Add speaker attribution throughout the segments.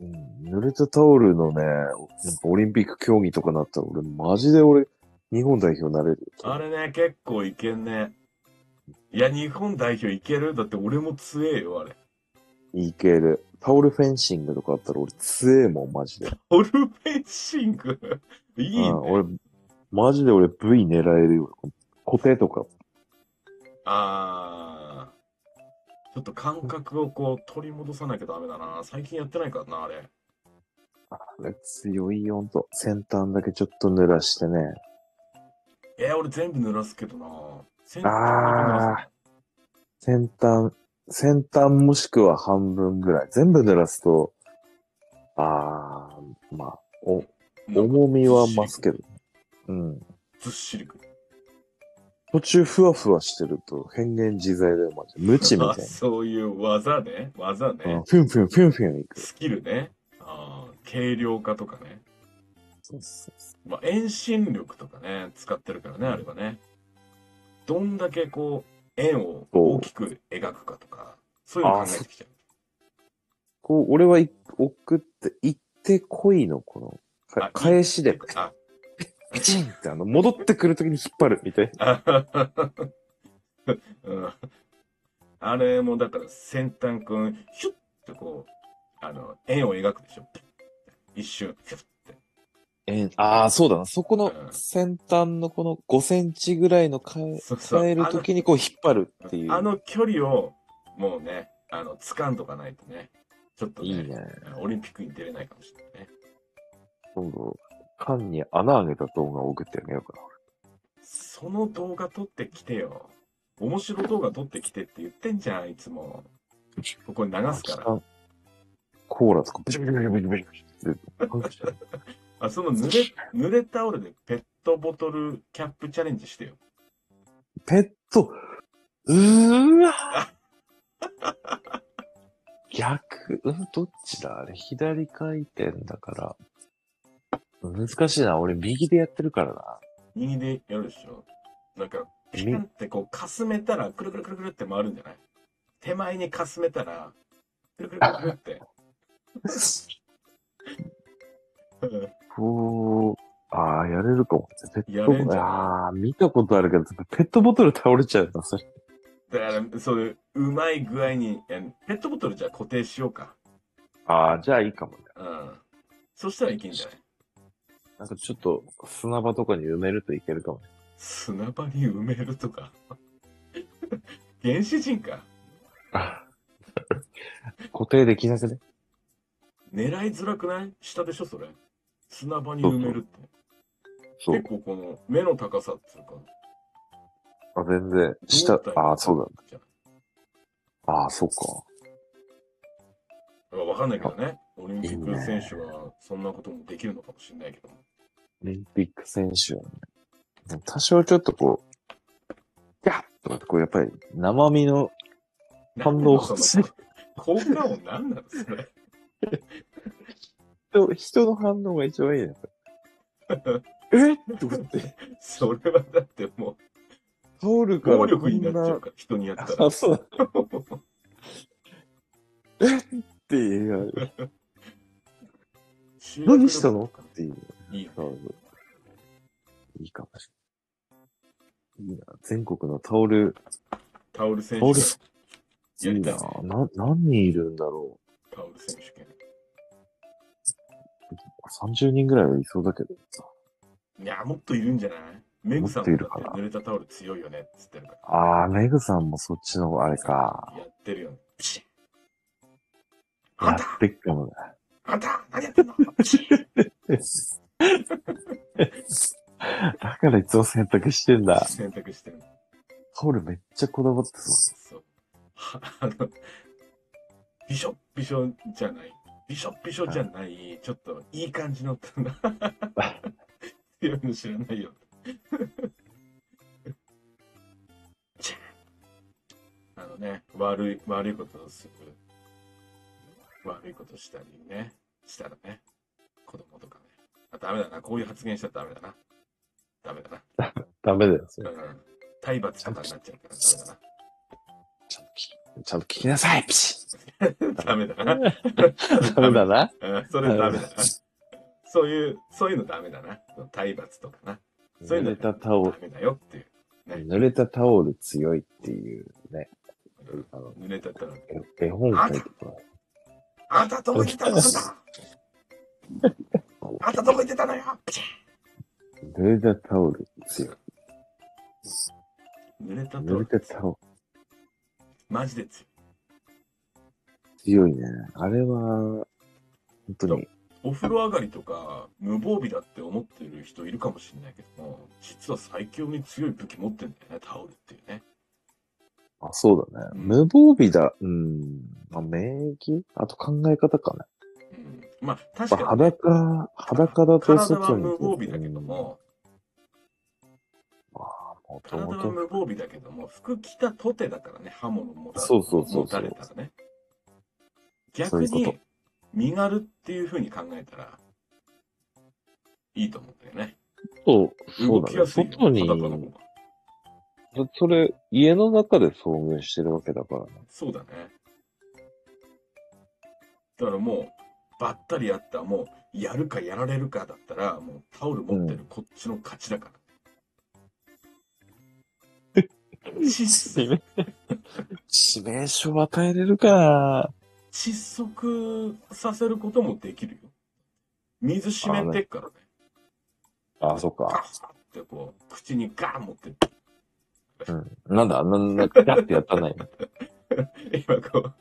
Speaker 1: うん、濡れたタオルのね、なんかオリンピック競技とかなったら、俺、マジで俺、日本代表になれる。
Speaker 2: あれね、結構いけんね。いや、日本代表いけるだって俺も強えよ、あれ。
Speaker 1: いける。タオルフェンシングとかあったら、俺、強えもん、マジで。
Speaker 2: オルフェンシング。いいね。
Speaker 1: うん、俺、マジで俺、V 狙えるよ。コテとか。
Speaker 2: あー。ちょっと感覚をこう取り戻さなきゃダメだな。最近やってないからな、あれ。
Speaker 1: あれ強いよ、ほんと。先端だけちょっと濡らしてね。
Speaker 2: えー、俺全部濡らすけどな。先端だ
Speaker 1: あ先端、先端もしくは半分ぐらい。全部濡らすと、あー、まあ、お、
Speaker 2: け濡らす
Speaker 1: 重みは増すけど。うん。
Speaker 2: ずっしりくる。
Speaker 1: 途中ふわふわしてると変幻自在だよ、マジで。無知みた
Speaker 2: あ
Speaker 1: いな。
Speaker 2: そういう技ね。技ね。
Speaker 1: うんふんふんふんふんいく。
Speaker 2: スキルね。あー軽量化とかね。
Speaker 1: そうそうそ
Speaker 2: まあ、遠心力とかね、使ってるからね、あれはね。どんだけこう、円を大きく描くかとか、そういうの考えてきちゃう。
Speaker 1: うこう、俺は一送って、行ってこいの、この、か
Speaker 2: あ
Speaker 1: 返しで、
Speaker 2: あ、
Speaker 1: ピチンってあの、戻ってくるときに引っ張るみたいな。
Speaker 2: あ うんあれもだから先端くん、ヒュッてこう、あの、円を描くでしょ。一瞬、ヒュッて。
Speaker 1: えーああ、そうだな。そこの
Speaker 2: うん
Speaker 1: 先端のこの5センチぐらいの変え
Speaker 2: そうそう
Speaker 1: 変えるときにこう引っ張るっていう。
Speaker 2: あの距離を、もうね、あの、掴んどかないとね、ちょっとね、
Speaker 1: いいね。
Speaker 2: オリンピックに出れないかもしれないね。
Speaker 1: 今度、缶に穴あげた動画を送ってあげようか
Speaker 2: その動画撮ってきてよ。面白動画撮ってきてって言ってんじゃん、いつも。ここに流
Speaker 1: な。
Speaker 2: すから。
Speaker 1: コーラとかブチブチブチブチブチブチってパンク しちゃう。
Speaker 2: あ、その濡れ、濡れタオルでペットボトルキャップチャレンジしてよ。
Speaker 1: ペット、うー わ逆、うん、どっちだあれ、左回転だから。難しいな。俺、右でやってるからな。
Speaker 2: 右でやるでしょ。なんか、ピンってこう、かすめたら、くるくるくるくるって回るんじゃない手前にかすめたら、くるくるくるくるって。
Speaker 1: こう、ああ、やれるかも。ペッ
Speaker 2: や
Speaker 1: ト
Speaker 2: れ
Speaker 1: ボ
Speaker 2: ん
Speaker 1: ト
Speaker 2: じ
Speaker 1: ル、
Speaker 2: ゃない
Speaker 1: ああー、見たことあるけど、ペットボトル倒れちゃうな、それ。
Speaker 2: だから、そういう、うまい具合に、えペットボトルじゃあ固定しようか。
Speaker 1: ああ、じゃあいいかもね。
Speaker 2: うん。そしたらいけんじゃない
Speaker 1: なんかちょっと、砂場とかに埋めるといけるかもね。
Speaker 2: 砂場に埋めるとか 原始人か
Speaker 1: 固定できなくね。
Speaker 2: 狙いづらくない下でしょそれ砂場に埋めるって
Speaker 1: そ
Speaker 2: 結。構この目の高さっていうか
Speaker 1: あ、全然。下、
Speaker 2: 胴体
Speaker 1: ああ、そう
Speaker 2: じゃ
Speaker 1: だ。ああ、そうか。
Speaker 2: あわかんないけどねオリンピッ
Speaker 1: いい
Speaker 2: ク
Speaker 1: ね
Speaker 2: 選手はそんなこともできるのかもしれないけど
Speaker 1: オリンピック選手はね、多少ちょっとこう、ギャッとかってこう、やっぱり生身の、反応
Speaker 2: なんでその効果音なんなのそ れ
Speaker 1: 人人の反応が一番いいね。えってことって、
Speaker 2: それはだっても
Speaker 1: タオル
Speaker 2: う
Speaker 1: から
Speaker 2: 暴力になっちゃう
Speaker 1: こ
Speaker 2: から人にやった
Speaker 1: んな
Speaker 2: ら
Speaker 1: あ、そうだ。っていう、 何したのっていう。
Speaker 2: いいね
Speaker 1: そうそういいかもしれない。いいな。全国のタオル、
Speaker 2: タオル選
Speaker 1: タ
Speaker 2: 手
Speaker 1: オル、
Speaker 2: や
Speaker 1: い
Speaker 2: り
Speaker 1: い
Speaker 2: たい
Speaker 1: な
Speaker 2: ね。
Speaker 1: な、何人いるんだろう。
Speaker 2: タオル選手権
Speaker 1: 30人ぐらいはいそうだけどさ。
Speaker 2: いや、もっといるんじゃないメグさん
Speaker 1: もっと
Speaker 2: も
Speaker 1: いるかな
Speaker 2: 濡れたタオル強いよねっつってるから。
Speaker 1: あー、メグさんもそっちのあれか。
Speaker 2: やってるよね。ピシッあ
Speaker 1: や
Speaker 2: んた
Speaker 1: ってっかもね。
Speaker 2: あんた何やってんのピシッ
Speaker 1: だからいつも洗濯してんだ。
Speaker 2: 選択してる。
Speaker 1: タオルめっちゃこだわってそ
Speaker 2: そう。はあの、びしょびしょじゃない。びしょびしょじゃない。ちょっといい感じの。強いの知らないよ。チャーあのね、悪い、悪いことをする。悪いことしたりね、したらね、子供とかね。あ、ダメだな、こういう発言しちゃダメだな。ダメだな。
Speaker 1: う。ダメだよ、それ。
Speaker 2: うん、体罰とかになっちゃうからダメだな。
Speaker 1: ちゃんと聞き、ちゃんと聞きなさい、ピシッ
Speaker 2: ダメだな。
Speaker 1: ダメだな。
Speaker 2: うんそれダメだな。そういう、そういうのダメだな。体罰とかな。そうい
Speaker 1: 濡
Speaker 2: うの
Speaker 1: れたタオ
Speaker 2: ダ
Speaker 1: ル、
Speaker 2: メだよっていう。
Speaker 1: 濡れたタオル強いっていうね、あの、
Speaker 2: 濡れたったら、
Speaker 1: 絵絵本書いてたから。
Speaker 2: あんたどこ行っ てたのだあんたどこ行ってたのよ
Speaker 1: 濡れたタオル強い。
Speaker 2: 濡れた
Speaker 1: 濡れ
Speaker 2: と、
Speaker 1: たタオ
Speaker 2: マジで強い
Speaker 1: ル強いね。あれは、本当に、
Speaker 2: お風呂上がりとか無防備だって思ってる人いるかもしれないけども実は最強に強い武器持ってんだよねタオルっていうね
Speaker 1: あ、そうだね。
Speaker 2: うん
Speaker 1: 無防備だ。うん。まあ、免疫あと考え方かな。
Speaker 2: うんまあ確
Speaker 1: ま
Speaker 2: か
Speaker 1: あ、
Speaker 2: にね、
Speaker 1: 裸、裸だと
Speaker 2: 体は
Speaker 1: 外に。
Speaker 2: 無防備だけども
Speaker 1: もと
Speaker 2: 体
Speaker 1: も
Speaker 2: は
Speaker 1: と、
Speaker 2: 無防備だけども服着たとてだからね刃物も
Speaker 1: そうそうそうそう
Speaker 2: 持たれたらね
Speaker 1: そう
Speaker 2: 逆
Speaker 1: いうこと
Speaker 2: に身軽っていうふうに考えたらいいと思うんだよね
Speaker 1: そう、そ
Speaker 2: 動
Speaker 1: うだ
Speaker 2: き
Speaker 1: ね。
Speaker 2: やすいよ
Speaker 1: 外に、
Speaker 2: 裸の方が
Speaker 1: そそれ、家の中で遭遇してるわけだからね。
Speaker 2: そうだね。だからもう、ばったりやった、もう、やるかやられるかだったら、もうタオル持ってるこっちの勝ち だから。窒息
Speaker 1: 致命傷を与えれるかな
Speaker 2: 窒息させることもできるよ。水湿ってっからね。
Speaker 1: あそっ
Speaker 2: ガ
Speaker 1: か。
Speaker 2: ッってこう、口にガーン持ってる。
Speaker 1: なんだ、なんだ、ガッてやったない。
Speaker 2: 今こう、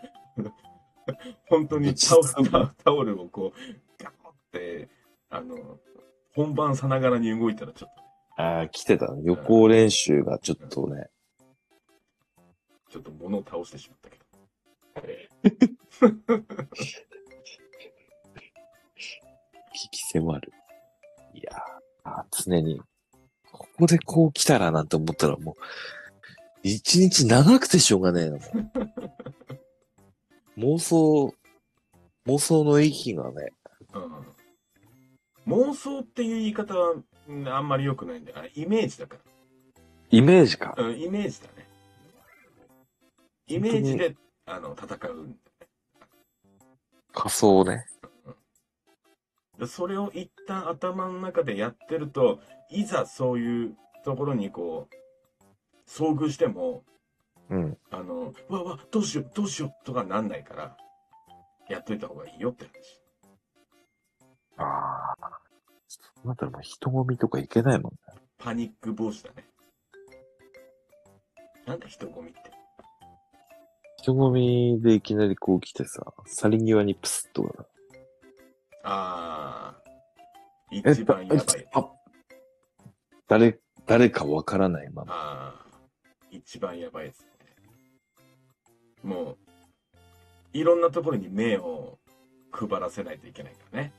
Speaker 2: 本当にタオルタタオルをこう、ガーンって、あの、本番さながらに動いたらちょっと、
Speaker 1: ああ、来てたね。予行練習がちょっとね。
Speaker 2: ちょっと物を倒してしまったけど。
Speaker 1: 引き迫る。いやーあー常に、ここでこう来たらなんて思ったらもう、一日長くてしょうがね えの。もう妄想、妄想の域がね、
Speaker 2: うん、妄想っていう言い方はうんあんまり良くないんだよ。あれイメージだか
Speaker 1: イメージか。
Speaker 2: ら。うん、イメージだね。イメージで、あの、戦うん
Speaker 1: 仮想ね。
Speaker 2: だ。それを一旦頭の中でやってると、いざそういうところにこう、遭遇しても、
Speaker 1: うん。
Speaker 2: あの、うわうわ、どうしよう、どうしようとかなんないから、やっといた方がいいよって話。
Speaker 1: ああ。そうなったらもう人混みとかいけないもんね。
Speaker 2: パニック防止だね。なんだ人混みって。
Speaker 1: 人混みでいきなりこう来てさ、去り際にプスッとか
Speaker 2: ああ。
Speaker 1: な。
Speaker 2: 一番やばい。
Speaker 1: あ誰、誰かわからないまま。
Speaker 2: ああ。一番やばいですね。もう、いろんなところに目を配らせないといけないからね。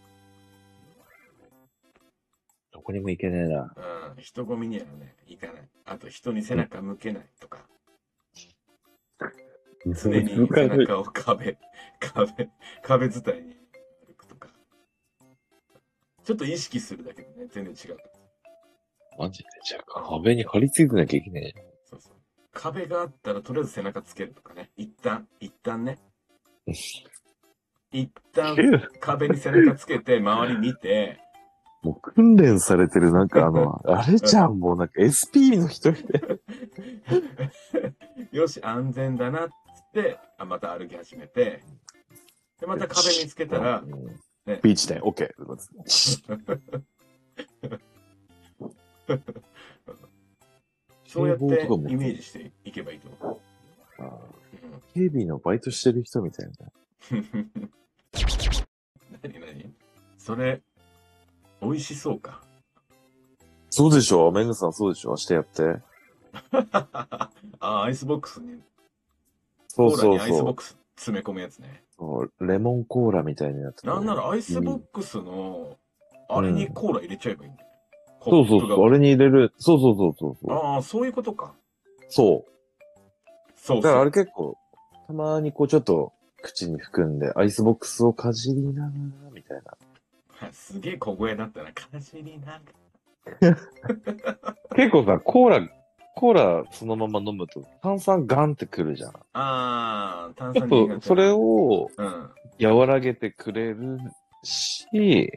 Speaker 1: どこにも行けねえな。
Speaker 2: うん。人混みにはね、行かない。あと人に背中向けないとか、常に背中を壁、 壁、壁伝いに歩くとか。ちょっと意識するだけでね、全然違うから。
Speaker 1: マジでじゃあ壁に張り付いてなきゃいけない
Speaker 2: そうそう。壁があったらとりあえず背中つけるとかね。一旦、一旦ね。一旦
Speaker 1: じゃん。
Speaker 2: 壁に背中つけて、周り見て、
Speaker 1: もう訓練されてる、なんかあの、あれじゃん、もうなんか SP の人みたいな。
Speaker 2: よし、安全だなっつって、あまた歩き始めて、で、また壁見つけたら
Speaker 1: う、ん
Speaker 2: ね
Speaker 1: ビーチ点 OK。そ
Speaker 2: そうやってイメージしていけばいいと思う。
Speaker 1: 警備のバイトしてる人みたいな。
Speaker 2: うん、何何それ、美味しそうか。
Speaker 1: そうでしょメグさんそうでしょ明日やって。
Speaker 2: あ、アイスボックスに、
Speaker 1: そう
Speaker 2: コーラ
Speaker 1: そう
Speaker 2: にアイスボ
Speaker 1: そ
Speaker 2: ックス詰め込むやつね。
Speaker 1: う。レモンコーラみたいなやつ。
Speaker 2: なんならアイスボッ
Speaker 1: ク
Speaker 2: クスの、あれにコーラ入れちゃえばいいんだよ。
Speaker 1: スそうそう
Speaker 2: コッ
Speaker 1: そ
Speaker 2: プ
Speaker 1: う。
Speaker 2: が
Speaker 1: あれに入れる。そうそうそうそうそう。
Speaker 2: ああ、そういうことか。
Speaker 1: そう。
Speaker 2: そう
Speaker 1: だから
Speaker 2: そ
Speaker 1: あ
Speaker 2: う。
Speaker 1: れ結構、たまにこうちょっと口に含んで、アイスボックスをかじりながら、みたいな。
Speaker 2: すげえ小声だったな。悲しりなが
Speaker 1: 結構さ、コーラ、コーラそのまま飲むと炭酸ガンってくるじゃん。
Speaker 2: ああ、炭
Speaker 1: ち
Speaker 2: 酸
Speaker 1: ょっとそれ
Speaker 2: を。
Speaker 1: を
Speaker 2: うん。
Speaker 1: 和らげてくれるし、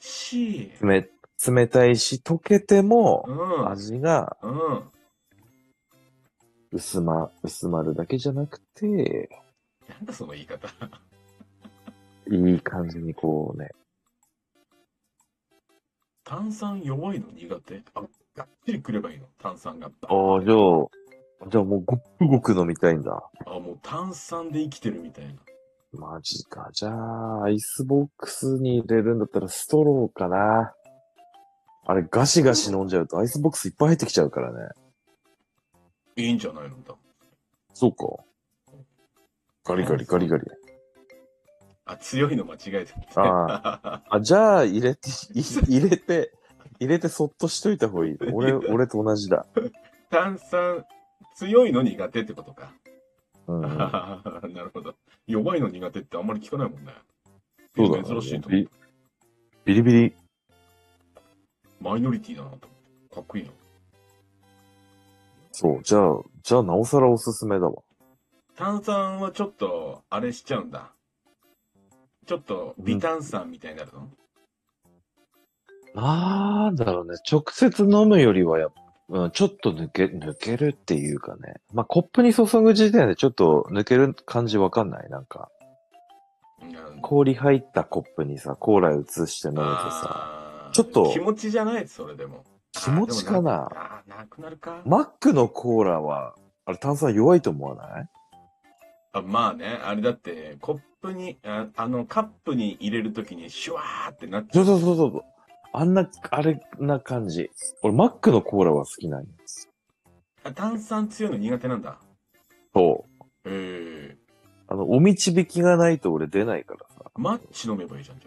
Speaker 2: し、
Speaker 1: 冷冷たいし、溶けて
Speaker 2: う
Speaker 1: も
Speaker 2: ん。うん。
Speaker 1: 味が薄ま、薄まるだけじゃなくて、
Speaker 2: なんだその言い方。
Speaker 1: いい感じにこうね、
Speaker 2: 炭酸弱いの苦手あ、がっちりくればいいの炭酸が。
Speaker 1: ああ、じゃあ、じゃあもうごっくごく飲みたいんだ。
Speaker 2: あ、もう炭酸で生きてるみたいな。
Speaker 1: マジか。じゃあ、アイスボックスに入れるんだったらストローかな。あれ、ガシガシ飲んじゃうとアイスボックスいっぱい入ってきちゃうからね。
Speaker 2: いいんじゃないのだ。
Speaker 1: そうか。ガリガリガリガリ。
Speaker 2: あ、強いの間違えて
Speaker 1: あ
Speaker 2: た。
Speaker 1: あ、じゃあ、入れて、い入れて、入れてそっとしといた方がいい。俺、俺と同じだ。
Speaker 2: 炭酸、強いの苦手ってことか。
Speaker 1: うん。
Speaker 2: あーなるほど。弱いの苦手ってあんまり聞かないもんね。
Speaker 1: そうだな
Speaker 2: 珍しいと思
Speaker 1: ビ
Speaker 2: う。
Speaker 1: ビリビリ。
Speaker 2: マイノリティだなと思って。かっこいいな。
Speaker 1: そう。じゃあ、じゃあ、なおさらおすすめだわ。
Speaker 2: 炭酸はちょっと、あれしちゃうんだ。ちょっと、微炭酸みたいになるの、
Speaker 1: なんだろうね。直接飲むよりはやっぱ、うん、ちょっと抜け、抜けるっていうかね。まあ、コップに注ぐ時点でちょっと抜ける感じわかんないなんか、
Speaker 2: うん
Speaker 1: 氷入ったコップにさ、コーラ移して飲むとさ、
Speaker 2: あー
Speaker 1: ちょっと
Speaker 2: 気持ちじゃないそれでも。
Speaker 1: 気持ちかな
Speaker 2: あーでもなあー、なくなるか。
Speaker 1: マックのコーラは、あれ炭酸弱いと思わない
Speaker 2: あまあね、あれだって、コップに、ああの、カップに入れるときにシュワーってなっち
Speaker 1: そ
Speaker 2: ゃ
Speaker 1: う
Speaker 2: う。
Speaker 1: そうそうそう。あんな、あれな感じ。俺、マックのコーラは好きなんです。
Speaker 2: あ炭酸強いの苦手なんだ。
Speaker 1: そう。
Speaker 2: ええ
Speaker 1: あの、お導きがないと俺出ないからさ。
Speaker 2: マッチ飲めばいいじゃん、じゃあ